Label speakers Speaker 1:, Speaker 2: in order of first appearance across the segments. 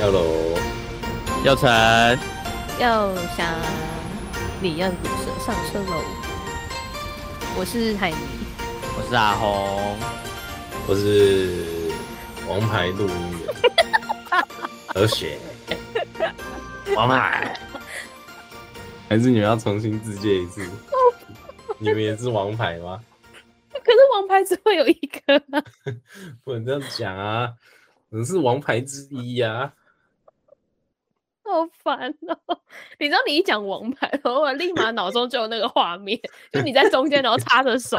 Speaker 1: Hello，
Speaker 2: 耀成，
Speaker 3: 要想你让股神上车喽。我是海尼，
Speaker 2: 我是阿红。
Speaker 1: 我是王牌录音员 何雪，王牌，还是你们要重新自介一次？你们也是王牌吗？
Speaker 3: 可是王牌只会有一个、啊。
Speaker 1: 不能这样讲啊，你是王牌之一呀、啊。
Speaker 3: 好烦哦、你知道你一讲王牌，然后我立马脑中就有那个画 面，就你在中间，然后插着 手。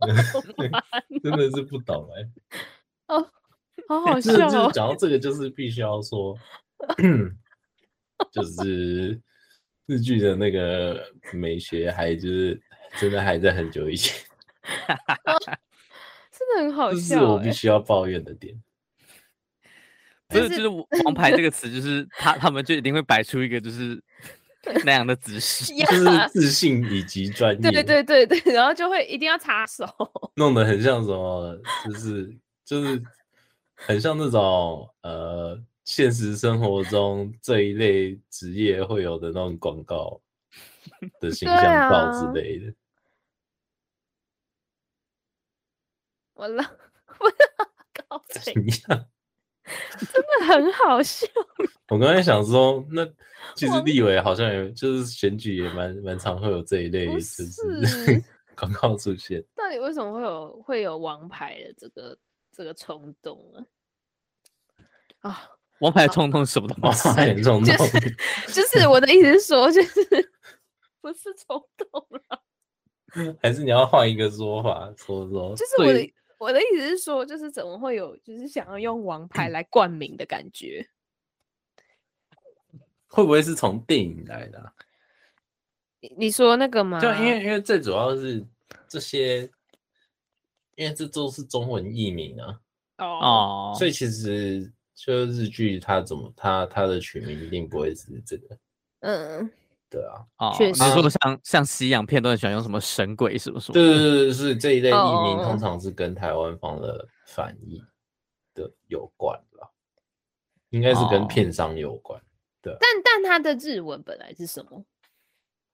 Speaker 3: 好烦
Speaker 1: 真的是不懂哎、
Speaker 3: 哦，好好
Speaker 1: 这
Speaker 3: 笑
Speaker 1: 就
Speaker 3: 哦！
Speaker 1: 讲到这个，就是必须要 说，就是日剧的那个美学，还就是真的还在很久以前，
Speaker 3: 真的很好
Speaker 1: 这是
Speaker 3: 笑
Speaker 1: 我
Speaker 3: 哎、
Speaker 1: 必须要抱怨的点。
Speaker 2: 不是，
Speaker 3: 但
Speaker 2: 就是是我“王牌”这个词，就是他他们就一定会摆出一个就是那样的姿势。
Speaker 3: 呀
Speaker 1: 就是自信以及专业，
Speaker 3: 对对对对，然后就会一定要插手。
Speaker 1: 弄得很像什么，就是就是很像那种呃，现实生活中这一类职业会有的那种广 告的形
Speaker 3: 对
Speaker 1: 象照
Speaker 3: 啊
Speaker 1: 之类的。
Speaker 3: 我了，我了，搞
Speaker 1: 怎
Speaker 3: 笑，
Speaker 1: 样？
Speaker 3: 真的很好笑。
Speaker 1: 我刚才想说， 那其实
Speaker 3: 王
Speaker 1: 立委好像也就是选举也蛮蛮常会有这一类，
Speaker 3: 不
Speaker 1: 就是是 广告出现。
Speaker 3: 到底为什么会有会有王牌的这个这个冲动呢？啊，
Speaker 2: 王牌的冲动是什么东
Speaker 1: 哇，
Speaker 2: 西？
Speaker 1: 很重
Speaker 3: 就
Speaker 1: 要。
Speaker 3: 就是我的意思是说，就是 不是冲动了，
Speaker 1: 还是你要换一个说法，说说
Speaker 3: 就是我
Speaker 1: 最
Speaker 3: 的我的意思是说，就是怎么会有就是想要用王牌来冠名的感觉？
Speaker 1: 会不会是从电影来的啊、
Speaker 3: 你你说那个吗？
Speaker 1: 就因为因为最主要是这些，因为这都是中文译名啊，
Speaker 3: 哦
Speaker 2: 哦，
Speaker 1: 所以其实就日剧它怎么它它的取名一定不会是这个，
Speaker 3: 嗯，
Speaker 1: 对啊，
Speaker 2: 哦，
Speaker 3: 确
Speaker 2: 你
Speaker 3: 实
Speaker 2: 是说像像西洋片都很喜欢用什么神鬼什么什么？
Speaker 1: 对对对对，是这一类译名
Speaker 3: 哦
Speaker 1: 通常是跟台湾方的翻译的有关了，应该是跟
Speaker 2: 哦
Speaker 1: 片商有关，
Speaker 3: 但但它的日文本来是什么？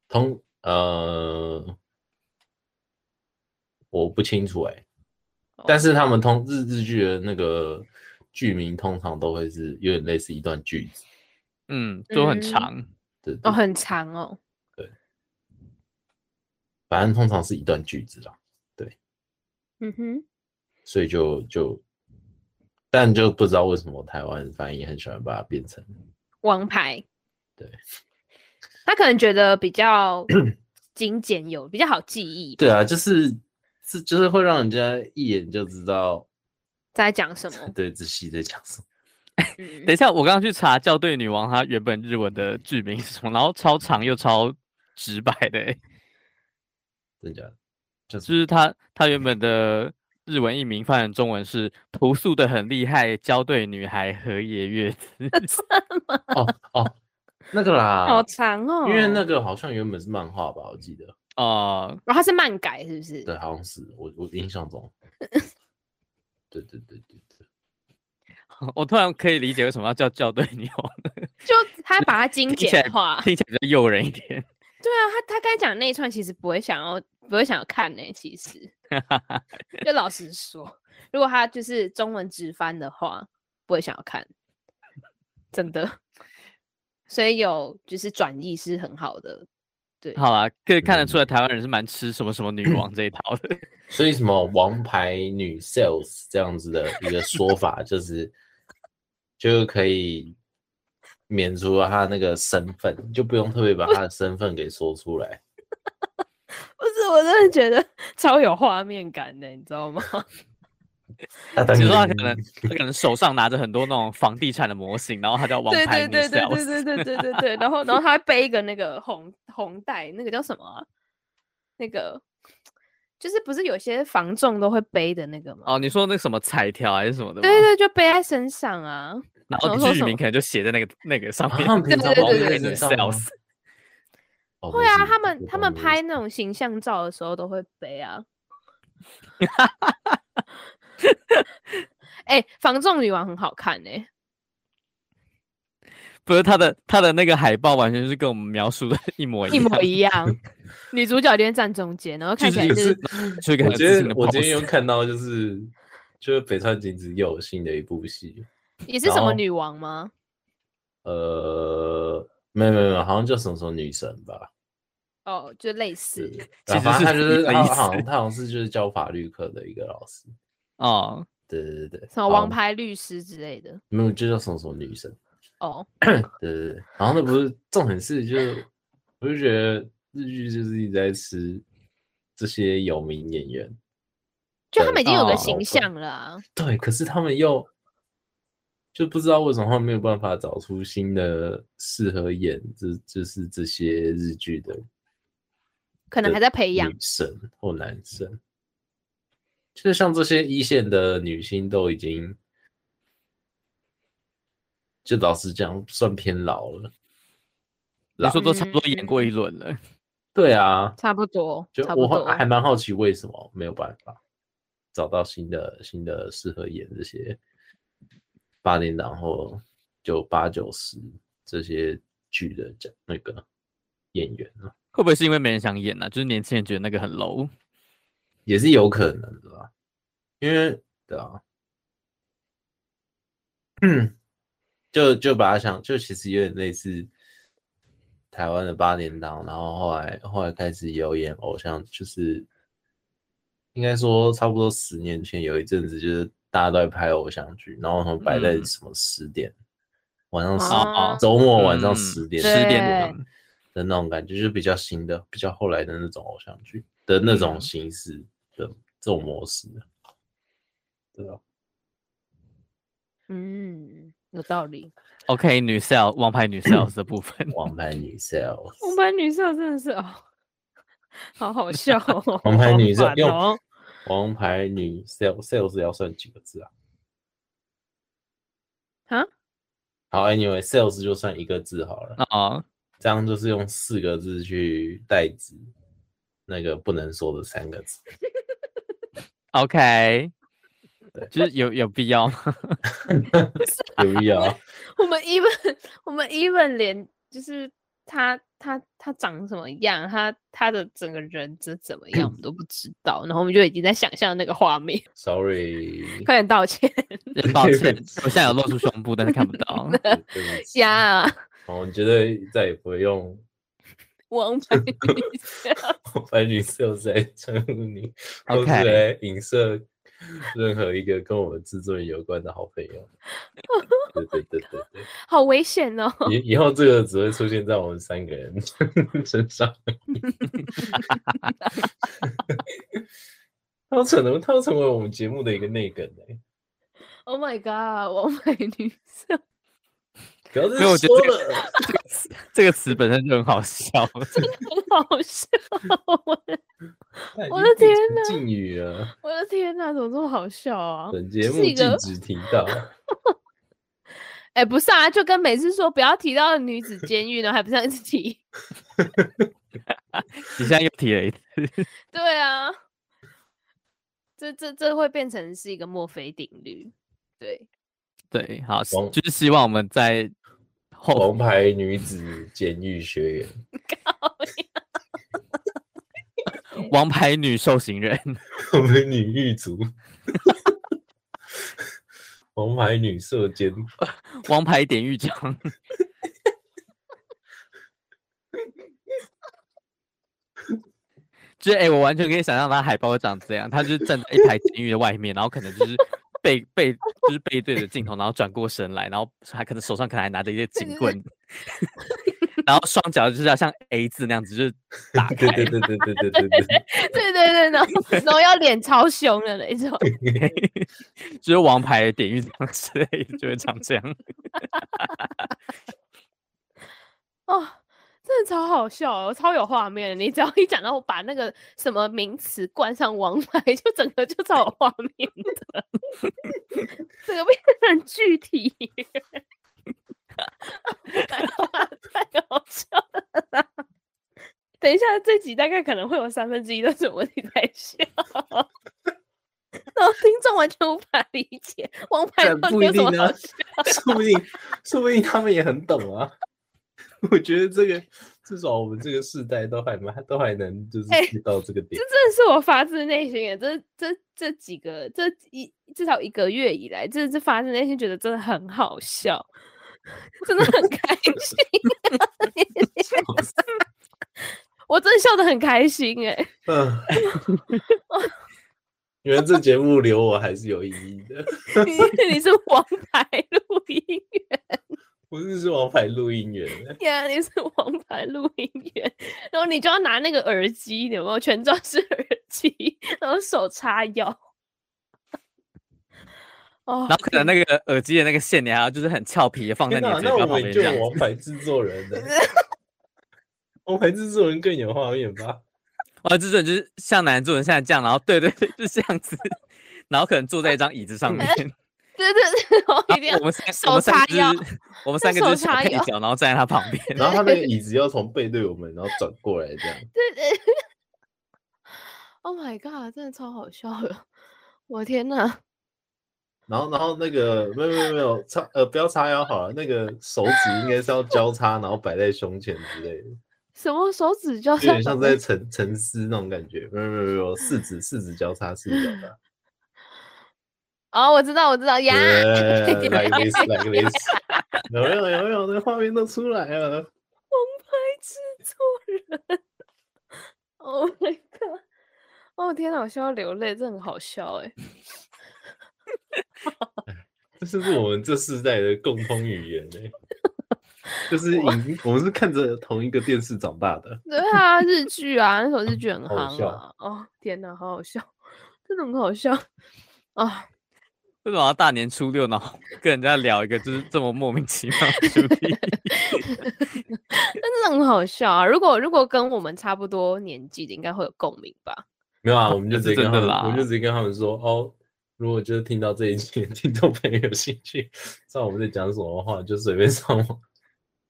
Speaker 1: 通呃。我不清楚哎、但
Speaker 3: 哦
Speaker 1: 是他们通日日剧的那个剧名通常都会是有点类似一段句子，
Speaker 2: 嗯，都很
Speaker 3: 嗯
Speaker 2: 长。
Speaker 1: 对
Speaker 3: 哦
Speaker 1: 对，
Speaker 3: 很长哦，
Speaker 1: 反正通常是一段句子啦，
Speaker 3: 嗯哼，
Speaker 1: 所以就就，但就不知道为什么台湾翻译很喜欢把它变成
Speaker 3: 王牌，
Speaker 1: 对，
Speaker 3: 他可能觉得比较 精简有比较好记忆，
Speaker 1: 对啊，就是是就是会让人家一眼就知道。
Speaker 3: 在讲什么
Speaker 1: 对这戏在讲什么，
Speaker 3: 嗯
Speaker 2: 等一下，我刚刚去查《校对女王》她原本日文的剧名是什么，然后超长又超直白的、欸，
Speaker 1: 真假的？就
Speaker 2: 就是她她原本的日文译名翻成中文是“朴素的很厉害，校对女孩河野月子”。
Speaker 1: 哦哦那个啦
Speaker 3: 好，长哦，
Speaker 1: 因为那
Speaker 3: 哦
Speaker 1: 个好像原本是漫画吧，我记得，
Speaker 2: 哦、
Speaker 3: 它是漫改是不是？
Speaker 1: 对，啊好像是我我印象 中，对对对对对。
Speaker 2: 我突然可以理解为什么要叫校对女王，
Speaker 3: 就他把它精
Speaker 2: 听起来
Speaker 3: 简化。
Speaker 2: 听起来比较诱人一点。
Speaker 3: 对啊，他他刚才讲那一串其实不会想要不会想要看呢、其实就老实说，如果他就是中文直翻的话，不会想要看，真的。所以有就是转译是很好的，对，
Speaker 2: 好啦，可以看得出
Speaker 3: 嗯
Speaker 2: 来台湾人是蛮吃什么什么女王这一套 的。
Speaker 1: 所以什么王牌女 sales 这样子的一个说法，就是就可以免除了她那个身份，就不用特别把她的身份给说出来。
Speaker 3: 不是我真的觉得 超有画面感的，你知道吗？
Speaker 1: 她当
Speaker 2: 只是说他
Speaker 1: 然
Speaker 2: 可能他可能手上拿着很多那种房地产的模型，然后他叫王
Speaker 3: 对
Speaker 2: 牌
Speaker 3: 对
Speaker 2: 女
Speaker 3: 对对对
Speaker 2: sales。
Speaker 3: 对对对对对，然后然后他还背一个那个红红带，那个叫什么啊、那个就是不是有些房仲都会背的那个
Speaker 1: 啊
Speaker 3: 吗？
Speaker 2: 哦，你说那什么彩条还是什么的吗？
Speaker 3: 对对，就背在身上啊。
Speaker 2: 然
Speaker 3: 然
Speaker 2: 后
Speaker 3: 后说
Speaker 2: 剧
Speaker 3: 什
Speaker 2: 名
Speaker 3: 么哦
Speaker 2: 可能就写在那个那个上面。
Speaker 1: 他们平常
Speaker 3: 对对
Speaker 1: 都
Speaker 3: 对
Speaker 1: 会
Speaker 3: 对
Speaker 1: 认
Speaker 2: 对
Speaker 1: 上
Speaker 2: 对
Speaker 1: 吗
Speaker 2: sales
Speaker 1: 哦
Speaker 3: 会
Speaker 1: 没
Speaker 3: 啊，
Speaker 1: 事
Speaker 3: 他们
Speaker 1: 我
Speaker 3: 他
Speaker 1: 懂
Speaker 3: 们
Speaker 1: 了
Speaker 3: 拍那种形象 照的时候都会背啊。哎、防撞女王很好看哎、
Speaker 2: 不是他的他的那个海报完全是跟我们描述的一模
Speaker 3: 一
Speaker 2: 样，
Speaker 1: 啊
Speaker 3: 模 一样。女主角一定会站中间，然后看起来
Speaker 2: 就
Speaker 3: 就是是
Speaker 2: 就一个
Speaker 1: 我
Speaker 2: 很
Speaker 1: 今
Speaker 2: 自信
Speaker 1: 天
Speaker 2: 的
Speaker 1: 我今
Speaker 2: pose
Speaker 1: 天又看到就是就是北川景子又有新的一部戏，
Speaker 3: 也是什么
Speaker 1: 后
Speaker 3: 女王吗？
Speaker 1: 呃，没有没有没有，好像叫什么什么女神吧，
Speaker 3: 哦，就类似
Speaker 1: 对，
Speaker 2: 其
Speaker 1: 然
Speaker 2: 实
Speaker 1: 后反正他
Speaker 2: 是
Speaker 1: 就是
Speaker 2: 一个
Speaker 1: 他
Speaker 2: 意思
Speaker 1: 好像他好像是就是教法律课的一个老师，
Speaker 2: 哦，
Speaker 1: 对对对对，
Speaker 3: 什么
Speaker 1: 好
Speaker 3: 王牌律师之类的。
Speaker 1: 没有就叫什么什么女神，
Speaker 3: 哦，
Speaker 1: 对对对，然后那不是重点是就是我就觉得日剧就是一直在吃这些有名演员，
Speaker 3: 就他们已经有个
Speaker 2: 哦
Speaker 3: 形象了、啊，
Speaker 1: 对，可是他们又就不知道为什么他们没有办法找出新的适合演这就是这些日剧的
Speaker 3: 可能还在培养
Speaker 1: 女。生或男生，就是像这些一线的女星都已经，就老实讲算偏老了。
Speaker 2: 你
Speaker 1: 啦
Speaker 2: 说都差不多演过一轮了，
Speaker 1: 对啊，
Speaker 3: 差不多，
Speaker 1: 就
Speaker 3: 差不
Speaker 1: 我
Speaker 3: 多。
Speaker 1: 会还蛮好奇为什么没有办法找到新的新的适合演这些八零然后九八九十这些剧的讲那个演员啊，
Speaker 2: 会不会是因为没人想演呢、啊？就是年轻人觉得那个很 low，
Speaker 1: 也是有可能的吧，因为对啊，嗯，就就把它想，就其实有点类似台湾的八点档，然后后来后来开始有演偶像，就是应该说差不多十年前有一阵子，就是大家都在拍偶像剧，然后他们摆在
Speaker 2: 嗯
Speaker 1: 什么十点、晚上十、
Speaker 3: 哦
Speaker 1: 周末晚上
Speaker 2: 嗯
Speaker 1: 十点
Speaker 2: 十
Speaker 3: 对
Speaker 2: 点档
Speaker 1: 的那种感觉，就是比较新的、比较后来的那种偶像剧
Speaker 3: 啊
Speaker 1: 的那种
Speaker 2: 嗯
Speaker 1: 形式的、这种模式，啊对啊吧？，
Speaker 3: 嗯，有道理。
Speaker 2: ，OK，女 sales 王牌女 sales 的部分
Speaker 1: 王牌女 sales，。
Speaker 3: 王牌女校真的是哦，好好笑 哦
Speaker 1: 王牌女 sales
Speaker 3: 校
Speaker 1: 用王牌女 sales sales 要算几个字啊？
Speaker 3: 啊？
Speaker 1: 好，anyway sales 就算一个字好了，
Speaker 2: 哦，
Speaker 1: 这样就是用四个字去代指那个不能说的三个字。
Speaker 2: OK，
Speaker 1: 对
Speaker 2: 就是有有必要 吗？
Speaker 1: 有必要？
Speaker 3: 我们 even 我们 even 连就是他他他长什么样，他他的整个人是怎么样，我们都不知道，然后我们就已经在想象那个画面。
Speaker 1: Sorry，
Speaker 3: 快点道歉
Speaker 2: 抱歉，我现在有露出胸部，但是看不到。
Speaker 1: 对不起，
Speaker 3: 呀，
Speaker 1: 我觉得再也不会用
Speaker 3: 王牌女校
Speaker 1: 王牌女 sales 来称呼你，或是
Speaker 2: OK
Speaker 1: 来影射任何一个跟我们制作人有关的好朋友。对对对对对。
Speaker 3: 好危险哦！
Speaker 1: 以以后这个只会出现在我们三个人 身上。他要成为，他要成为我们节目的一个内梗哎、
Speaker 3: Oh my god，王牌女校，
Speaker 1: 不要
Speaker 2: 没有
Speaker 1: 再
Speaker 2: 我觉
Speaker 1: 说
Speaker 2: 得这
Speaker 1: 了。
Speaker 2: 这个词本身就很 好笑，
Speaker 3: 很 好笑。 我的
Speaker 1: 那
Speaker 3: 我
Speaker 1: 已经变
Speaker 3: 的天
Speaker 1: 成
Speaker 3: 哪
Speaker 1: 禁语了，
Speaker 3: 我的天哪，怎么这么好笑啊？
Speaker 1: 本节
Speaker 3: 是
Speaker 1: 目
Speaker 3: 一个
Speaker 1: 禁止提到。
Speaker 3: 哎、不是啊，就跟每次说不要提到女子监狱呢，还不是要一直提？
Speaker 2: 你现在又提了一次，
Speaker 3: 对啊，这这这会变成是一个墨菲定律。对，
Speaker 2: 对，好，
Speaker 1: 王
Speaker 2: 就是希望我们在后
Speaker 1: 王牌女子监狱学员，
Speaker 2: 王牌女受刑人，
Speaker 1: 我们女狱卒， 王牌女射监，
Speaker 2: 王牌典狱长， 就是哎、我完全可以想象他海报会长这样，他就是站在一排监狱的外面，然后可能就是背背就是背对着镜头，然后转过身来，然后还可能手上可能还拿着一些警棍，然后双脚就是要像 A 字那样子，就是 打
Speaker 1: 对
Speaker 2: 开，
Speaker 1: 对对对对对对对，
Speaker 3: 对对对，然后然后要脸超凶的那种。
Speaker 2: 就是王牌典狱长之类的，就会长这样。
Speaker 3: 哦，真的超好笑哦，超有画面的。你只要一讲到我把那个什么名词冠上王牌， 就整个就超有画面的，整个变得很具体。 太好笑了啦！等一 下，这集大概可能会有三分之一都是我自己在笑，然后听众完全无法理解王牌
Speaker 1: 但
Speaker 3: 到
Speaker 1: 不
Speaker 3: 底
Speaker 1: 一
Speaker 3: 有什
Speaker 1: 定
Speaker 3: 么好
Speaker 1: 啊，说不定说不定他们也很懂啊。我觉得这个至少我们这个世代都还蛮都还能就是
Speaker 3: 哎
Speaker 1: 知道这个点
Speaker 3: 这。真的是我发自内心的，这这这几个这一至少一个月以来，这这发自内心觉得真的很好笑， 真的很开心，我真的笑得很开心哎、
Speaker 1: 嗯， 你们这节目留我还是有意义的。
Speaker 3: 你你是王牌录音员
Speaker 1: 我是是王牌录音员欸，
Speaker 3: 呀，啊你是王牌录音员，然后你就要拿那个耳机，有没有全罩式耳机，然后手叉腰。哦，
Speaker 2: 然后可能那个耳机的那个线，你还要就是很俏皮的放在
Speaker 1: 天
Speaker 2: 你
Speaker 1: 哪
Speaker 2: 的，嘴
Speaker 1: 那
Speaker 2: 巴
Speaker 1: 我
Speaker 2: 旁
Speaker 1: 们
Speaker 2: 边
Speaker 1: 就
Speaker 2: 这
Speaker 1: 有
Speaker 2: 样子。
Speaker 1: 王牌制作人 的，王牌制作人更有画面吧？
Speaker 2: 哇，这种就是像男主人现在这样，然后对对对，就是这样子，然后可能坐在一张椅子 上面。
Speaker 3: 对对对， 我一定
Speaker 2: 然
Speaker 3: 要
Speaker 2: 后我们三
Speaker 3: 手
Speaker 2: 我们三
Speaker 3: 叉
Speaker 2: 个就是
Speaker 3: 腰
Speaker 2: 我们
Speaker 3: 在
Speaker 2: 三个就是
Speaker 3: 手
Speaker 2: 小
Speaker 3: 叉
Speaker 2: 配
Speaker 3: 腰
Speaker 2: 角，然后站在他旁边。
Speaker 1: 然后他那个椅子要从背对我们，然后转过来这样。
Speaker 3: 对对 ，Oh my god，真的超好笑的！我天呐，
Speaker 1: 然后，然后那个没有没有没有叉呃，不要叉腰好了，那个手指应该是要交叉，然后摆在胸前之类的，
Speaker 3: 什么手指交
Speaker 1: 有
Speaker 3: 叉
Speaker 1: 点像
Speaker 3: 绑
Speaker 1: 在沉沉思那种感觉。没有没有没有，四指四指交叉，四指交叉。
Speaker 3: 哦，我知道，我知道呀，
Speaker 1: 对，来个 this，来个 this，有 没有有没有？那画面都出来了。
Speaker 3: 制作人。Oh my god！哦天呐，我笑到流泪，这很好笑哎、
Speaker 1: 这是不是我们这世代的共通语言呢、 就是影，我们是看着同一个电视长大的。
Speaker 3: 对啊，日剧啊，那首日剧很
Speaker 1: 好
Speaker 3: 夯
Speaker 1: 笑
Speaker 3: 啊。哦天呐，好好笑，真的很好笑啊！
Speaker 2: 为什么要大年初六然后跟人家聊一个就是这么莫名其妙的主题？
Speaker 3: 但真的很好笑啊！如果如果跟我们差不多年纪的，应该会有共鸣吧？
Speaker 1: 没有啊，我们就直接
Speaker 2: 这
Speaker 1: 跟
Speaker 2: 哦是真
Speaker 1: 他
Speaker 2: 的
Speaker 1: 们，
Speaker 2: 啦
Speaker 1: 我们就直接跟他们说哦，如果就是听到这一期的 听众朋友有兴趣，知道我们在讲什么的话，就随便上网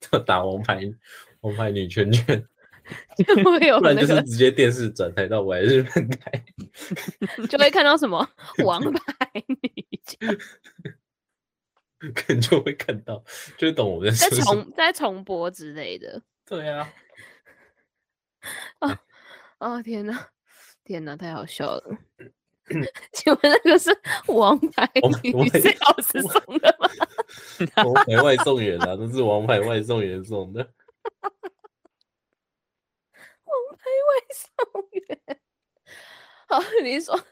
Speaker 1: 就打王牌王牌女圈圈，
Speaker 3: 就会有
Speaker 2: 哦
Speaker 1: 不然
Speaker 3: 那
Speaker 1: 就是
Speaker 3: 个，
Speaker 1: 直接电视转台到我来日本台。
Speaker 3: 就会看到什 么王牌女角
Speaker 1: 可能就会看到，就会懂我们在
Speaker 3: 在
Speaker 1: 说什么。
Speaker 3: 重在重播之类的。
Speaker 1: 对啊，
Speaker 3: 哦天哪，天哪，太好笑了！ 请问那个是王牌
Speaker 1: 王牌
Speaker 3: 女
Speaker 1: 王牌
Speaker 3: 是老师送的吗？
Speaker 1: 王牌外送员啊，都是王牌外送员送的。
Speaker 3: 王牌外送员。哦，你是说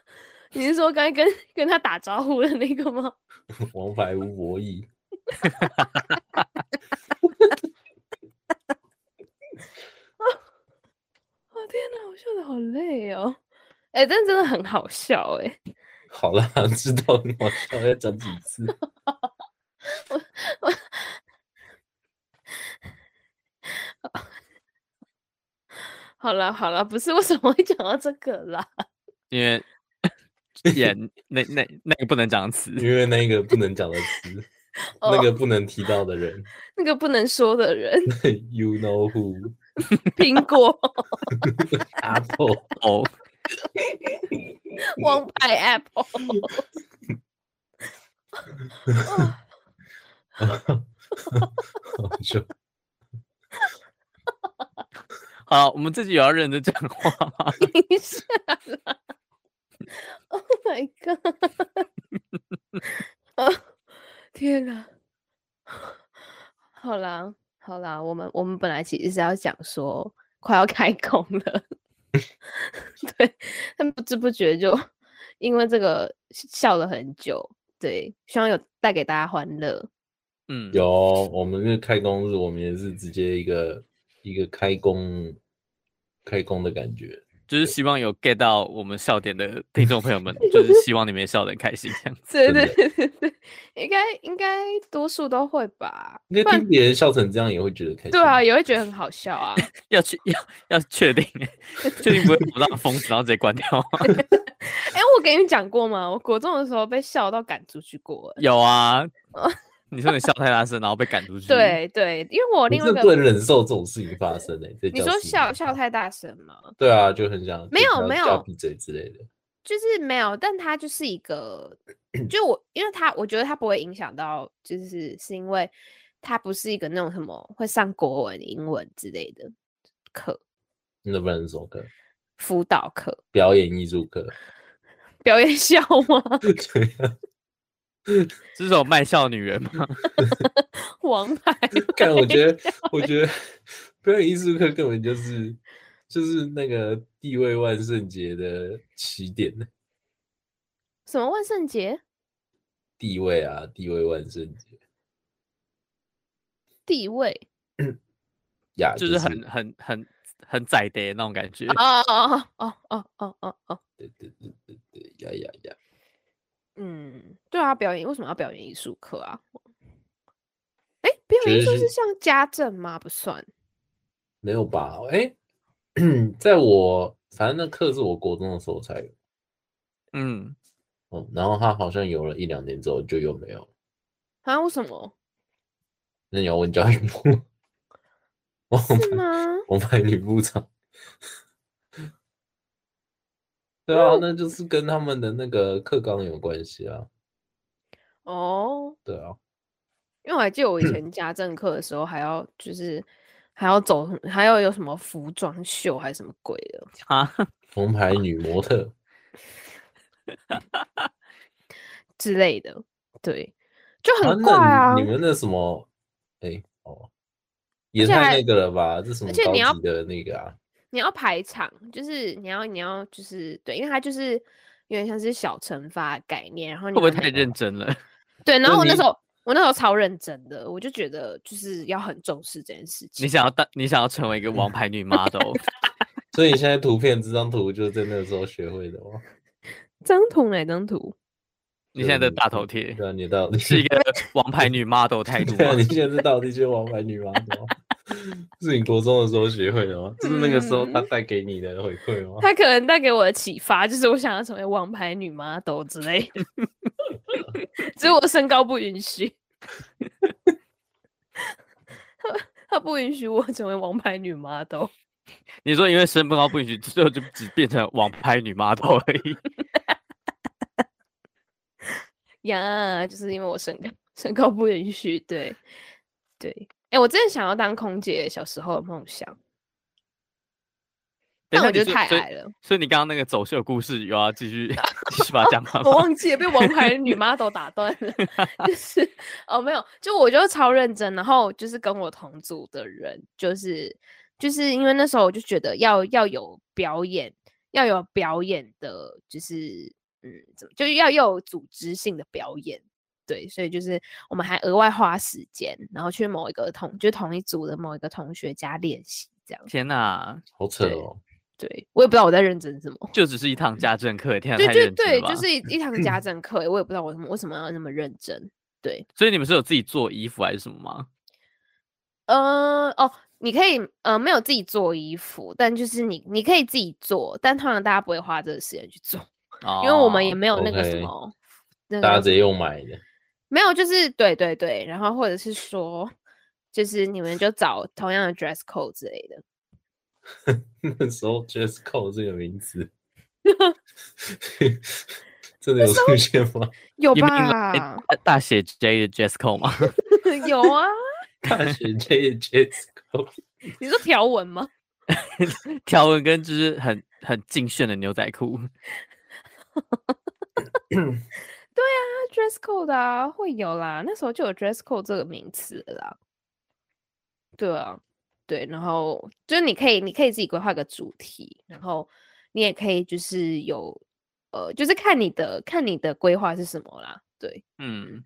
Speaker 3: 你是说刚才跟跟他打招呼的那个吗？
Speaker 1: 王牌无博弈，
Speaker 3: 哦天哪，我笑的好累哦。哎、但真的很好笑哎、
Speaker 1: 好啦，知道很好笑，要讲几次？
Speaker 3: 好了好了，不是为什么会讲到这个啦？
Speaker 2: 因为演那那那个不能讲 词，
Speaker 1: 因为那个不能讲的词，
Speaker 2: 哦
Speaker 1: 那个不能提到的人
Speaker 3: 那个不能说 的人，
Speaker 1: ，You know who
Speaker 3: 苹果
Speaker 1: Apple，
Speaker 2: 哦，
Speaker 3: 王牌 Apple。哦
Speaker 1: 好笑
Speaker 2: 好，我们自己有要认真讲话吗？
Speaker 3: 等一下啦！Oh my god！哦， 天哪！好啦，好啦，我们我们本来其实是要讲说快要开工了， 对，但不知不觉就因为这个笑了很久，对，希望有带给大家欢乐。
Speaker 2: 嗯，
Speaker 1: 有，我们是开工日，我们也是直接一个一个开工开工的感觉。
Speaker 2: 就是希望有 get 到我们笑点的听众朋友们，就是希望你们也笑得很开心这样。
Speaker 3: 对
Speaker 1: 真的
Speaker 3: 对对对对，应该应该多数都会吧，
Speaker 1: 应
Speaker 3: 不
Speaker 1: 该
Speaker 3: 然
Speaker 1: 听别人笑成这样也会觉得开心。
Speaker 3: 对啊，，也会觉得很好笑啊。
Speaker 2: 要去 要要确定，确定不会不让疯子，然后直接关掉 吗。
Speaker 3: 哎、我给你们讲过吗？我国中的时候被笑到赶出去过欸。
Speaker 2: 有啊
Speaker 3: 哦，
Speaker 2: 你说你笑太大声，然后被赶出去。，
Speaker 3: 对对，因为我
Speaker 1: 你
Speaker 3: 另外
Speaker 1: 这
Speaker 3: 一
Speaker 1: 不
Speaker 3: 个，
Speaker 1: 能忍受这种事情发生诶、在
Speaker 3: 你
Speaker 1: 教
Speaker 3: 说
Speaker 1: 室里
Speaker 3: 笑
Speaker 1: 面
Speaker 3: 笑太大声吗？
Speaker 1: 对啊，就很想
Speaker 3: 没
Speaker 1: 给
Speaker 3: 有
Speaker 1: 他
Speaker 3: 没
Speaker 1: 叫
Speaker 3: 有
Speaker 1: 闭嘴之类的。
Speaker 3: 就是没有，但它就是一个，就我因为它，我觉得它不会影响到，就是是因为它不是一个那种什么会上国文、英文之类的课，
Speaker 1: 那不然是什么课？
Speaker 3: 辅导课，
Speaker 1: 表演艺术 课。
Speaker 3: 表演 笑吗？
Speaker 1: 对啊呀，，
Speaker 2: 这是有卖笑女人 吗？
Speaker 3: 王牌
Speaker 1: 看我觉得
Speaker 3: 笑，
Speaker 1: 我觉得表演艺术课根本就是就是那个地位万圣节的起点
Speaker 3: 什么万圣节
Speaker 1: 地位啊，地位万圣节
Speaker 3: 地位？
Speaker 1: 呀，
Speaker 2: 就是很很很很窄的那种感觉。
Speaker 3: 哦哦哦哦哦哦哦，
Speaker 1: 对对对对对呀呀呀，
Speaker 3: 嗯，对啊，表演为什么要表演艺术课啊？哎，表
Speaker 1: 觉
Speaker 3: 演
Speaker 1: 得
Speaker 3: 艺术
Speaker 1: 是
Speaker 3: 是像家政吗？不算，
Speaker 1: 没有吧？哎、在我反正那课是我国中的时候才有，
Speaker 2: 嗯，
Speaker 1: 嗯，然后他好像有了一两年之后就又没有了。
Speaker 3: 啊，为什么？
Speaker 1: 那你要问教育部，我
Speaker 3: 是
Speaker 1: 们
Speaker 3: 吗？
Speaker 1: 我们女部 长。对
Speaker 3: 那
Speaker 1: 啊，
Speaker 3: 我
Speaker 1: 那就是跟他们的那个课纲有关系啊。
Speaker 3: 哦，
Speaker 1: 对啊，
Speaker 3: 因为我还记得
Speaker 1: 嗯
Speaker 3: 我以前家政课的时候，还要就是还要走，还要有什么服装秀还是什么鬼的，
Speaker 2: 啊，
Speaker 1: 红牌女模特，
Speaker 3: 之类的，对，就
Speaker 1: 啊
Speaker 3: 很怪
Speaker 1: 那
Speaker 3: 啊。
Speaker 1: 你你们那什么，哎哦，也
Speaker 3: 而且
Speaker 1: 太
Speaker 3: 还
Speaker 1: 那个了吧？这什么
Speaker 3: 而且
Speaker 1: 高
Speaker 3: 你要
Speaker 1: 级的那个啊？
Speaker 3: 你要排场，就是你要你要就是对，因为它就是有点像是小惩罚的概念，然后
Speaker 2: 会
Speaker 3: 你
Speaker 2: 不会
Speaker 3: 要
Speaker 2: 太
Speaker 3: 那
Speaker 2: 认真了？
Speaker 3: 对，然
Speaker 1: 就
Speaker 3: 后我那
Speaker 1: 你
Speaker 3: 时候我那时候超认真的，我就觉得就是要很重视这件事
Speaker 2: 你
Speaker 3: 情。
Speaker 2: 想要当你想要成为一个王牌女 model，
Speaker 1: 所以你现在图片这张图就是在那个时候学会的哦吗？
Speaker 3: 张图哪张图？
Speaker 2: 你现在的大头贴
Speaker 1: 对啊，你到底
Speaker 2: 是一个王牌女 model 态度
Speaker 1: 对啊，
Speaker 2: 吗
Speaker 1: 你？现在是到底是王牌女吗？什么是你国中的时候学会的 吗？就是那个时候他
Speaker 3: 嗯
Speaker 1: 带给你的回馈哦
Speaker 2: 哦
Speaker 1: 吗？
Speaker 3: 他可能带给我的启发就是我想要成为王牌女 model 之类 的，只是我身高不允许。他他不允许我成为王牌女 model，
Speaker 2: 你说因为身高不允许，最后就只变成王牌女 model 而 已。
Speaker 3: 呀就是因为我身高身高不允许，对对。哎、我真的想要当空姐，小时候的梦想，
Speaker 2: 等一
Speaker 3: 但
Speaker 2: 下
Speaker 3: 我觉
Speaker 2: 你
Speaker 3: 得
Speaker 2: 是
Speaker 3: 太
Speaker 2: 所以
Speaker 3: 矮了，
Speaker 2: 所以你刚刚那个走秀故事有要继续 继续把它讲完
Speaker 3: 我
Speaker 2: 吗？
Speaker 3: 忘记了被王 牌女 model 打断了， 就是哦没有，就我就超认真，然后就是跟我同组的人，就是就是因为那时候我就觉得要要有表演，要有表演的，就是嗯，怎么就是要要有组织性的表演。对，所以就是我们还额外花时间，然后去某一个同就同一组的某一个同学家练习，这样。
Speaker 2: 天哪，
Speaker 1: 好扯
Speaker 3: 对
Speaker 1: 哦！
Speaker 3: 对我也不知道我在认真什么，
Speaker 2: 就只是一趟家政课，天哪，
Speaker 3: 对
Speaker 2: 太
Speaker 3: 对
Speaker 2: 认真
Speaker 3: 对，
Speaker 2: 了吧？
Speaker 3: 就是一一堂 家政课，欸我也不知道我什么为什么要那么认真。
Speaker 2: 所以你们是有自己做衣服还是什么吗？
Speaker 3: 呃，哦，你可以呃没有自己做衣服，但就是你你可以自己做，但通常大家不会花这个时间去做，因为我们也
Speaker 2: 哦
Speaker 3: 没有那个什
Speaker 1: OK
Speaker 3: 么，那
Speaker 1: 大家
Speaker 3: 个
Speaker 1: 直接用买的，
Speaker 3: 没有，就是对对对，然后或者是说，就是你们就找同样的 dress code 之类的。
Speaker 1: 那时候 dress code 这个名 词 真的有出现吗？
Speaker 3: 有
Speaker 2: 你们迎来
Speaker 3: 吧？
Speaker 2: 大大写 J 的 dress code 吗？
Speaker 3: 有啊，
Speaker 1: 大学 J dress code
Speaker 3: 你说条纹吗？
Speaker 2: 条纹跟就是很很劲炫的牛仔裤，
Speaker 3: 啊，dress code 啊，会有啦，那时候就有 dress code 这个名词了啦。对啊，对，然后就是你可以，你可以自己规划个主题，然后你也可以就是有，呃，就是看你的看你的规划是什么啦。对，
Speaker 2: 嗯，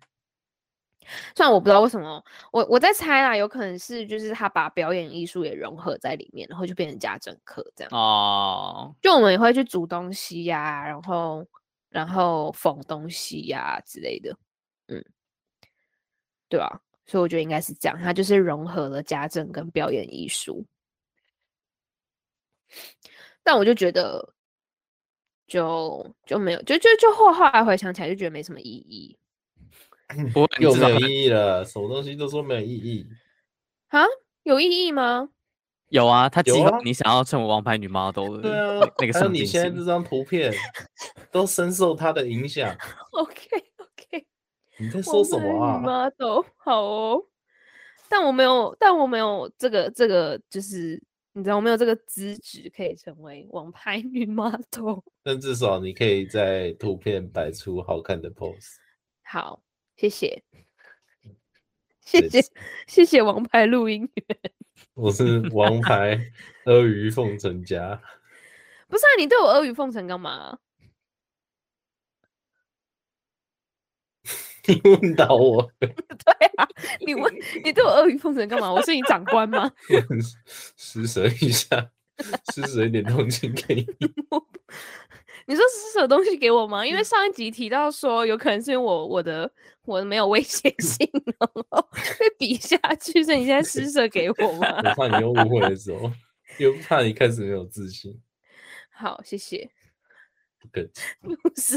Speaker 3: 虽然我不知道为什么，我我在猜啦，有可能是就是他把表演艺术也融合在里面，然后就变成家政课这样。
Speaker 2: 哦，
Speaker 3: 就我们也会去煮东西呀、然后然后缝东西呀、之类的，嗯，对啊，所以我觉得应该是这样，它就是融合了家政跟表演艺术。但我就觉得就就没有，就就就后后来回想起来就觉得没什么意义
Speaker 2: 不过你
Speaker 1: 又
Speaker 2: 至少
Speaker 1: 没有
Speaker 2: 还
Speaker 1: 意义了，什么东西都说没有意义。
Speaker 3: 啊，有意义吗？
Speaker 2: 有啊，他
Speaker 1: 有
Speaker 2: 激发
Speaker 1: 啊
Speaker 2: 你想要成为王牌女 model 的
Speaker 1: 对啊
Speaker 2: 那，那个
Speaker 1: 还有
Speaker 2: 上
Speaker 1: 你
Speaker 2: 进
Speaker 1: 现在这
Speaker 2: 心，
Speaker 1: 张图片，都深受他的影响。
Speaker 3: OK OK，
Speaker 1: 你在说什么啊？
Speaker 3: ？model 好哦，但我没有，但我没有这个这个，就是你知道，我没有这个资质可以成为网拍 女 model。
Speaker 1: 但至少你可以在图片摆出好看的 pose。
Speaker 3: 好，谢谢，
Speaker 1: 对
Speaker 3: 谢谢，谢谢王牌录音员。
Speaker 1: 我是王 牌阿谀奉承家，
Speaker 3: 不是啊，你对我阿谀奉承干嘛？啊
Speaker 1: 你问到我，
Speaker 3: 对啊，你问你对我阿谀奉承干嘛？我是你长官吗？
Speaker 1: 施舍一下，施舍一点同情给你。
Speaker 3: 你说是什么东西给我吗？
Speaker 1: 嗯
Speaker 3: 因为上一集提到说，有可能是因为我我的我没有威胁性，然后被比下去，所以你现在施舍给我吗？
Speaker 1: 我怕你又误会的时候，又怕你开始没有自信，
Speaker 3: 好，谢谢。
Speaker 1: 不客气。
Speaker 3: 不是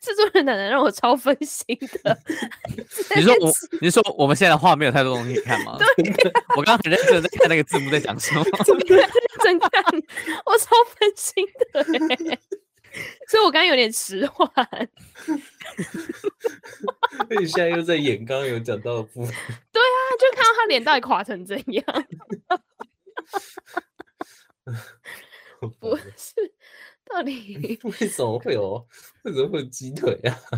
Speaker 3: 制作人奶奶让我超分心 的，
Speaker 2: 你说我，你说我们现在的画面有太多东西可以看吗？我刚刚很认真的在看那个字幕在讲什 么。
Speaker 3: 真看 我超分心的欸、 所以我刚刚有点迟缓。
Speaker 1: 那你现在又在演刚刚有讲到的部分，
Speaker 3: 他就看到他脸到底垮成怎样，
Speaker 1: 我
Speaker 3: 不是？到 底
Speaker 1: 为什么会有为什么会有鸡腿啊？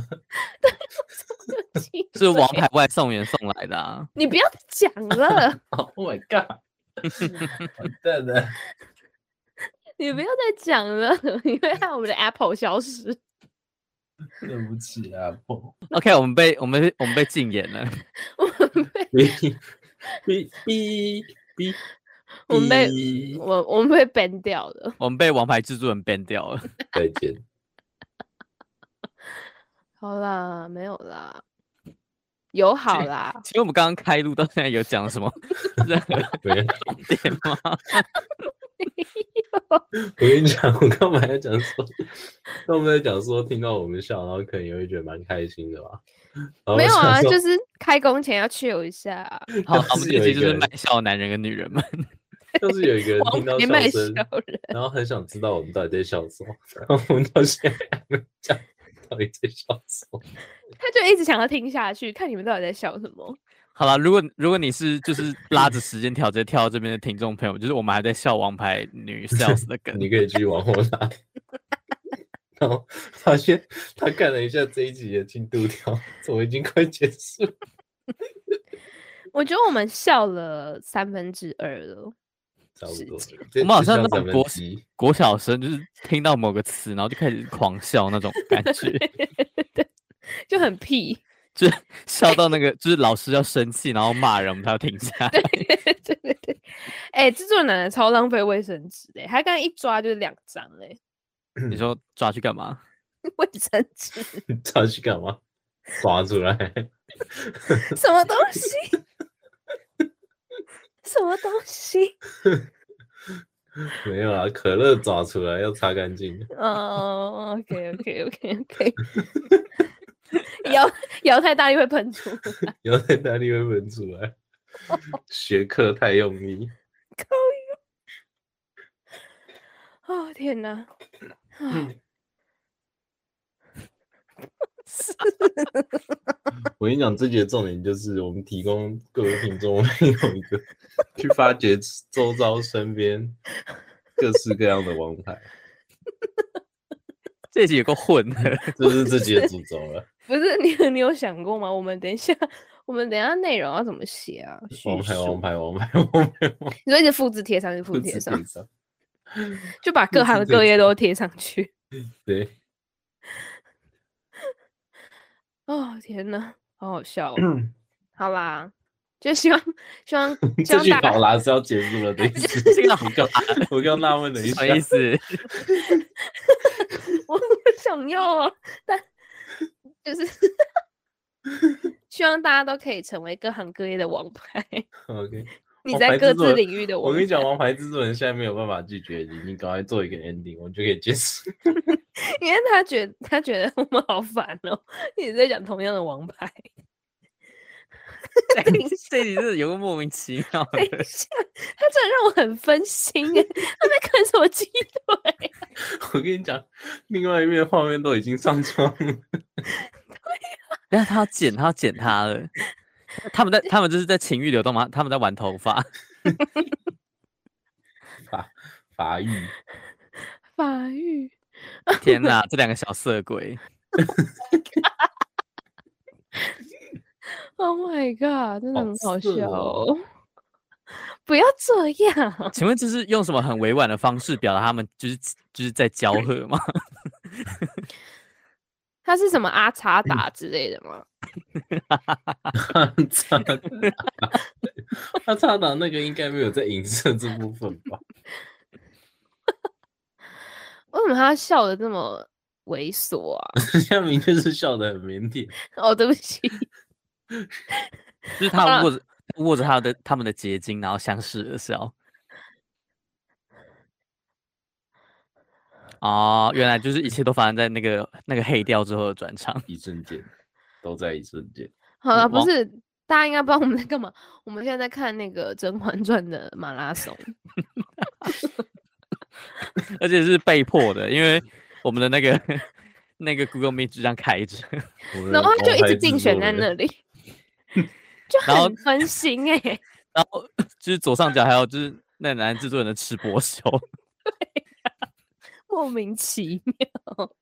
Speaker 3: 有几
Speaker 2: 是王
Speaker 3: 岁
Speaker 2: 牌外送员送来的啊！
Speaker 3: 你不要再讲 了，
Speaker 1: Oh my god！完蛋了，
Speaker 3: 你不要再讲了，你会害我们的 Apple 消失。
Speaker 1: 对不起啊，我
Speaker 2: OK，我们被我们被我们被禁言了。
Speaker 3: 我们被
Speaker 1: 哔哔哔 哔，
Speaker 3: 我们被
Speaker 1: 哔
Speaker 3: 我我们被 ban 掉了。
Speaker 2: 我们被王牌制作人 ban 掉了。
Speaker 1: 再见。
Speaker 3: 好啦，没有啦，有好啦，
Speaker 2: 其实我们刚刚开录到现在有 讲什么任何
Speaker 1: 没有
Speaker 2: 点吗？
Speaker 1: 我跟你讲，我刚本来讲说，他们在讲说听到我们笑，然后可能也会觉得蛮开心的吧。 然后
Speaker 3: 没有
Speaker 1: 想
Speaker 3: 啊，
Speaker 1: 说
Speaker 3: 就是开工前要 chill 一下啊，
Speaker 2: 好，
Speaker 1: 是
Speaker 2: 我们这
Speaker 1: 有一
Speaker 2: 集就是
Speaker 1: 个
Speaker 2: 卖笑的男人跟女人们。
Speaker 1: 要是有一 个人
Speaker 3: 王
Speaker 1: 听到
Speaker 3: 牌卖
Speaker 1: 笑
Speaker 3: 笑
Speaker 1: 声，
Speaker 3: 人。
Speaker 1: 然后很想知道我们到底在笑什么，然后我们到现在还没讲到底在笑什么。
Speaker 3: 他就一直想要听下去，看你们到底在笑什么。
Speaker 2: 好了，如果如果你是就是拉着时间条直接跳到这边的听众朋友，就是我们还在笑王牌 女 sales 的梗，
Speaker 1: 你可以继续往后拉。 然后发现他看了一下这一集的进度条，怎么已经快结束了？
Speaker 3: 我觉得我们笑了三分之二了，
Speaker 1: 差不多
Speaker 3: 是。
Speaker 1: 这
Speaker 2: 我们好
Speaker 1: 这
Speaker 2: 像那
Speaker 1: 咱
Speaker 2: 种
Speaker 1: 们
Speaker 2: 国
Speaker 1: 集
Speaker 2: 国小生就是听到某个词，然后就开始狂笑那种感觉，
Speaker 3: 就很屁。
Speaker 2: 笑到那个就是老师要生气，然后骂人，我们才要停下来。
Speaker 3: 对 对对，哎、制作人奶奶超浪费卫生纸的、他刚刚一抓就是两张嘞，
Speaker 2: 你说抓去干嘛？
Speaker 3: 卫生 纸
Speaker 1: 抓去干嘛？抓出来！
Speaker 3: 什么东西？ 什么东西？
Speaker 1: 没有啊，可乐抓出来要擦干净。
Speaker 3: 哦、o k OK OK OK，摇摇太大力会喷出来，
Speaker 1: 要在哪里会闻出来？学课太用 力，
Speaker 3: 哦
Speaker 1: 嗯
Speaker 3: 天哪！ 啊，
Speaker 1: 我跟你讲，这集的重点就是我们提供各位听众们有一 个去发掘周遭身边各式各样的王牌，
Speaker 2: 这集有个 混的，
Speaker 1: 这是这集的主轴了。
Speaker 3: 不是你，你有想过吗？我们等一下，我们等一下内容要怎么写啊？叙
Speaker 1: 王牌，
Speaker 3: 述
Speaker 1: 王牌， 王牌，王牌，王牌，
Speaker 3: 你说一直复制贴上，一直复
Speaker 1: 不
Speaker 3: 制
Speaker 1: 止
Speaker 3: 贴上
Speaker 1: 贴，上
Speaker 3: 就把各
Speaker 1: 复制
Speaker 3: 行
Speaker 1: 贴
Speaker 3: 各业都贴上去。
Speaker 1: 对，
Speaker 3: 哦，天哪，好好笑、哦。好啦，就希望 希望希
Speaker 1: 这
Speaker 3: 望
Speaker 1: 句
Speaker 3: 大
Speaker 1: 好
Speaker 3: 家
Speaker 1: 啦是要结束 了的意思。
Speaker 2: 这个好
Speaker 1: 我
Speaker 2: 啊
Speaker 1: 刚我刚纳闷了一
Speaker 2: 什
Speaker 1: 下
Speaker 2: 么，意思？
Speaker 3: 我不 想要啊，但就是 希望大家都可以成为各行各业的王牌，
Speaker 1: OK，
Speaker 3: 你
Speaker 1: 王
Speaker 3: 在
Speaker 1: 牌
Speaker 3: 各
Speaker 1: 制作
Speaker 3: 自
Speaker 1: 人
Speaker 3: 领域的王
Speaker 1: 我
Speaker 3: 牌。
Speaker 1: 跟你讲，王牌制作人现在没有办法拒绝你，你赶快做一个 ending，我就可以结束。
Speaker 3: 因为他觉 他觉得我们好烦哦，一直在讲同样的王牌。
Speaker 2: 这里是有个莫名其妙
Speaker 3: 等
Speaker 2: 的
Speaker 3: 一下，他真的让我很分心哎， 他在看什么 鸡腿？
Speaker 1: 我跟你讲，另外一面画面都已经上妆了，
Speaker 2: 等一下他要剪，他要剪他了。他们在，他们就是在情欲流动嘛，他们在玩头发。
Speaker 1: 发育。
Speaker 3: 法律
Speaker 2: 天哪，这两个小色鬼！
Speaker 3: ，Oh my god，真的
Speaker 1: 好
Speaker 3: 很好
Speaker 1: 色
Speaker 3: 笑
Speaker 1: 哦
Speaker 3: 哦！ 不要这样，
Speaker 2: 请问这是用什么很委婉的方式表达他们就是就是在交合吗？
Speaker 3: 他是什么阿查达
Speaker 1: 嗯
Speaker 3: 之类的吗？
Speaker 1: 他打， 他差打那个应该没有在影射这部分吧？
Speaker 3: 为什么他笑的这么猥琐啊？
Speaker 1: 夏明就是笑得很腼腆，
Speaker 3: 哦，对不起，
Speaker 2: 就是他握着握着他的他们的结晶，然后相视而笑。哦，原来就是一切都发生在那个那个黑掉之后的转场。
Speaker 1: 一瞬间都在一瞬间。
Speaker 3: 好呃了，不
Speaker 2: 王
Speaker 3: 是，大家应该不知道我们在干嘛。我们现在在看那个《甄嬛传》的马拉松，
Speaker 2: 而且是被迫的，因为我们的那个 那个 Google Meet 就这样开着，
Speaker 1: 我们
Speaker 3: 然后他就
Speaker 1: 王
Speaker 3: 一
Speaker 1: 牌
Speaker 3: 直
Speaker 1: 制
Speaker 3: 竞选
Speaker 1: 作
Speaker 3: 在
Speaker 1: 人
Speaker 3: 那里， 就
Speaker 2: 然后
Speaker 3: 很分心哎、
Speaker 2: 然后 就是左上角还有就是那男制作人的吃播秀，
Speaker 3: 莫名其妙。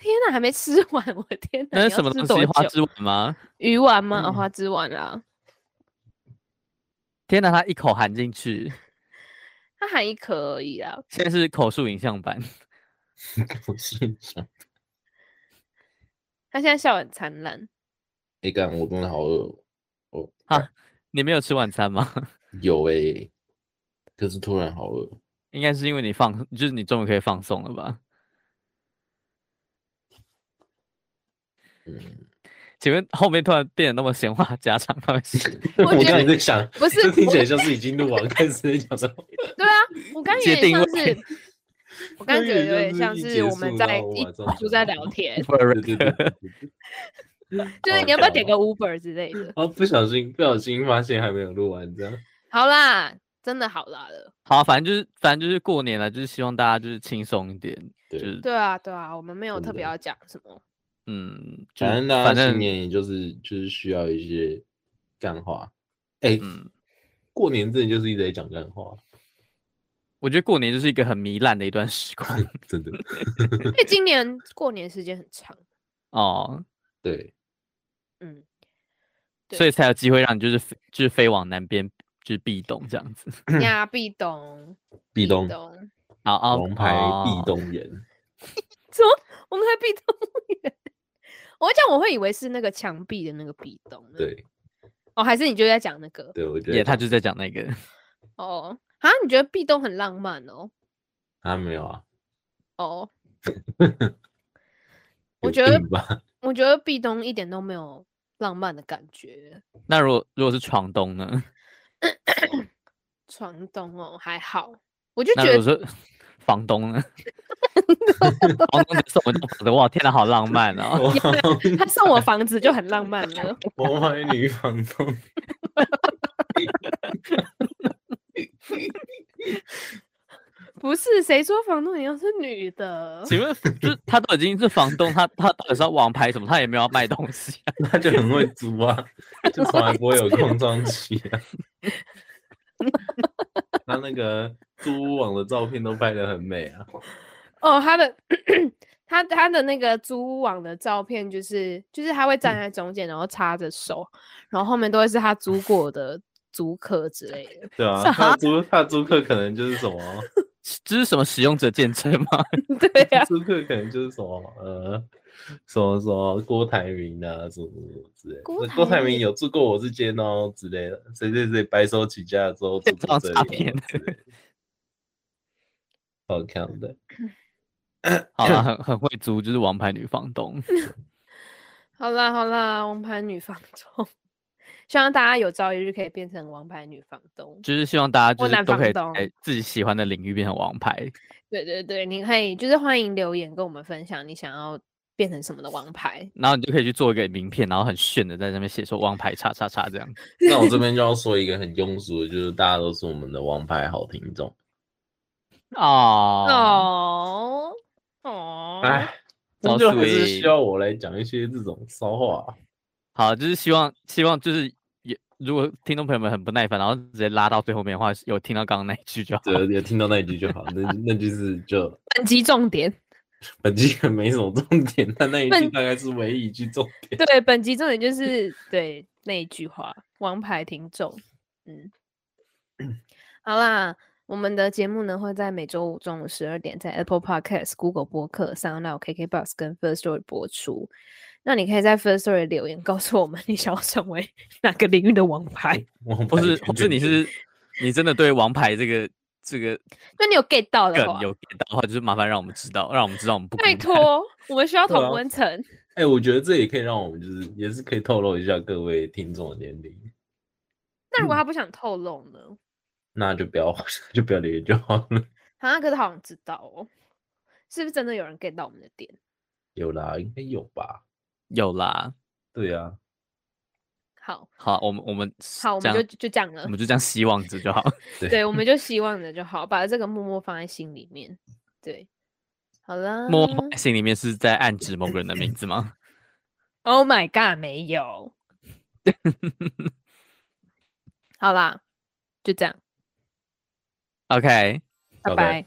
Speaker 3: 天哪，还没吃完！我的天哪，
Speaker 2: 那
Speaker 3: 你
Speaker 2: 是
Speaker 3: 要
Speaker 2: 什么
Speaker 3: 吃
Speaker 2: 东
Speaker 3: 多
Speaker 2: 西？花
Speaker 3: 久
Speaker 2: 枝丸吗？
Speaker 3: 鱼丸吗？哦，花枝丸啊，
Speaker 2: 天哪，他一口含进去，
Speaker 3: 它含一颗而已啊。
Speaker 2: 现在是口述影像版，
Speaker 1: 不是想，
Speaker 3: 它现在笑得很灿烂，
Speaker 1: 哎干，我真的好饿哦，我
Speaker 2: 你没有吃晚餐吗？
Speaker 1: 有哎、可是突然好饿，
Speaker 2: 应该是因为你放，就是你终于可以放松了吧？
Speaker 1: 嗯，
Speaker 2: 请问后面突然变得那么闲话家常，他们是
Speaker 3: 我
Speaker 1: 我
Speaker 3: 觉
Speaker 1: 刚才
Speaker 3: 得
Speaker 1: 在想，
Speaker 3: 不是
Speaker 1: 这听起
Speaker 3: 我
Speaker 1: 来像是已经录完，开始在讲说，
Speaker 3: 对啊，我刚刚
Speaker 2: 界
Speaker 3: 有点
Speaker 2: 定
Speaker 3: 像
Speaker 2: 位
Speaker 3: 是，我刚刚觉得有点像
Speaker 1: 一
Speaker 3: 是
Speaker 1: 结
Speaker 3: 我们
Speaker 1: 束
Speaker 3: 在
Speaker 1: 然后我
Speaker 3: 一
Speaker 1: 晚上
Speaker 3: 就
Speaker 1: 讲
Speaker 3: 在
Speaker 1: 什么
Speaker 3: 聊 天，
Speaker 1: 对对对对对对
Speaker 3: 就是
Speaker 1: 好
Speaker 3: 你要不要
Speaker 1: 屌
Speaker 3: 点
Speaker 1: 哦
Speaker 3: 个 Uber 之类的？
Speaker 1: 啊，不小心不小心发现还没有录完，这样
Speaker 3: 好啦，真的好啦了。
Speaker 2: 好啊，反正就是反正就是过年了，就是希望大家就是轻松一点，就
Speaker 1: 对
Speaker 2: 是
Speaker 3: 对啊，对啊，我们没有
Speaker 1: 真
Speaker 3: 特别
Speaker 1: 的
Speaker 3: 要讲什么。
Speaker 2: 嗯，就
Speaker 1: 反
Speaker 2: 是
Speaker 1: 正大
Speaker 2: 反
Speaker 1: 家
Speaker 2: 正
Speaker 1: 新年也就是就是需要一些干话，哎、
Speaker 2: 嗯。
Speaker 1: 过年真的就是一直在讲干话，
Speaker 2: 我觉得过年就是一个很糜烂的一段时光
Speaker 1: 真
Speaker 3: 嗯
Speaker 1: 的，
Speaker 3: 因为今年过年时间很长，
Speaker 2: 哦，
Speaker 1: 对，
Speaker 3: 嗯，
Speaker 2: 所以才有机会让你就是飞就是飞往南边就是壁咚这样子。
Speaker 3: 呀，壁咚，
Speaker 1: 壁咚，
Speaker 3: 咚，
Speaker 2: 好哦，
Speaker 1: 王牌壁
Speaker 2: 哦，
Speaker 1: 咚人，
Speaker 3: 什么？我们才壁咚耶！ 我讲我会以为是那个墙壁的那个壁咚呢，
Speaker 1: 对
Speaker 3: 哦，还是你就在讲那个
Speaker 1: 对，我觉
Speaker 2: 也
Speaker 1: 得
Speaker 2: 他就是在讲那个，
Speaker 3: 哦啊？你觉得壁咚很浪漫哦？
Speaker 1: 啊没有啊，
Speaker 3: 哦， 我
Speaker 1: 有
Speaker 3: 觉得
Speaker 1: 病吧，
Speaker 3: 我觉得壁咚一点都没有浪漫的感觉，
Speaker 2: 那如果如果是床东呢？
Speaker 3: 床咚哦还好，我就觉
Speaker 2: 那如果
Speaker 3: 得
Speaker 2: 说房东呢？ 房东就送我一栋房子，哇，天哪，好浪漫哦！
Speaker 1: 王
Speaker 3: 他送我房子就很浪漫了。
Speaker 1: 王牌女房东，
Speaker 3: 不是，谁说房东一定要是女的？
Speaker 2: 请问，就是他都已经是房东，他他到底是要网拍什么？他也没有要卖东西啊、
Speaker 1: 他就很会租啊，就从来不会有 空窗期啊。他那个租屋网的照片都拍得很美啊，
Speaker 3: 哦，他的 他他的那个租屋网的照片，就是就是他会站在中间，然后插着手，然后后面都会是他租过的租客之类的。
Speaker 1: 对啊，他的租他的租客可能就是什么，
Speaker 2: 这是什么使用者见证吗？
Speaker 3: 对 啊呀、
Speaker 1: 租客可能就是什么呃，什么什么郭台铭啊，什么什么之类的。
Speaker 3: 郭
Speaker 1: 那郭
Speaker 3: 台
Speaker 1: 台铭
Speaker 3: 铭
Speaker 1: 有住过我这间哦之类的，谁谁谁白手起家的时候住
Speaker 2: 这
Speaker 1: 过
Speaker 2: 样
Speaker 1: 这
Speaker 2: 诈
Speaker 1: 里
Speaker 2: 骗
Speaker 1: 哦之类的，好看的。
Speaker 2: 好了，很很会租，就是王牌女房 东。
Speaker 3: 好啦好啦，王牌女房东， 希望大家有朝一日可以变成王牌女房东。
Speaker 2: 就是希望大家就
Speaker 3: 我
Speaker 2: 是
Speaker 3: 男
Speaker 2: 都可以
Speaker 3: 房东
Speaker 2: 在自己喜欢的领域变成王牌。
Speaker 3: 对对对，你可以就是欢迎留言跟我们分享你想要变成什么的王牌。
Speaker 2: 然后你就可以去做一个名片，然后很炫的在上面写说王牌叉叉叉这样。
Speaker 1: 那我这边就要说一个很庸俗的，就是大家都是我们的王牌好听众。
Speaker 2: 哦，
Speaker 3: 哦哦，
Speaker 1: 哎，终
Speaker 2: 早
Speaker 1: 究还是
Speaker 2: 睡
Speaker 1: 需要我来讲一些这种骚话啊。
Speaker 2: 好，就是希望希望就是也如果听众朋友们很不耐烦，然后直接拉到最后面的话，有听到刚刚那一句就好。
Speaker 3: 哦
Speaker 1: 对，有听到那一句就好，那那句是就
Speaker 3: 本集重点，
Speaker 1: 本季也没什么重点，但那一句
Speaker 3: 本
Speaker 1: 大概是唯一一句重点。
Speaker 3: 对，本集重点就是对那一句话，王牌听众。嗯，好啦，我们的节目呢会在每周五中午十二点在 Apple Podcast、Google 播客、SoundCloud、KKBox 跟 First Story 播出。那你可以在 First Story 留言告诉我们你想要成为 哪个领域的王牌。
Speaker 1: 我
Speaker 2: 或是或是你是你真的对王牌这个这个
Speaker 3: 那你有 get 到的
Speaker 2: 梗
Speaker 3: 话，
Speaker 2: 有 get 到的话，就是麻烦让我们知道，让我们知道我们不孤
Speaker 3: 哦拜
Speaker 2: 单。
Speaker 3: 托，我们需要
Speaker 1: 对啊
Speaker 3: 同温层。
Speaker 1: 哎、我觉得这也可以让我们就是也是可以透露一下各位听众的年龄，
Speaker 3: 那如果他不想透露呢？
Speaker 1: 那就不要 就不要留言就好了。
Speaker 3: 啊，可是好想知道哦，是不是真的有人 get 到我们的点？
Speaker 1: 有啦，应该有吧？
Speaker 2: 有啦，
Speaker 1: 对啊，
Speaker 3: 好，
Speaker 2: 好，我们我们
Speaker 3: 好，我
Speaker 2: 这
Speaker 3: 们
Speaker 2: 样
Speaker 3: 就就这样了嗯
Speaker 2: 我。们就这样希望着就好。
Speaker 3: 对，我们就希望着就好，把这个默默放在心里面。对，好啦。
Speaker 2: 默默在心里面是在暗指某个人的名字 吗？
Speaker 3: Oh my god，没有。好啦，就这样，
Speaker 2: OK，
Speaker 3: 拜
Speaker 1: OK
Speaker 3: 拜。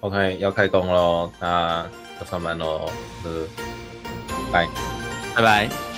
Speaker 1: ，OK，要开工喽，那要上班喽，呃，拜。
Speaker 2: 拜拜。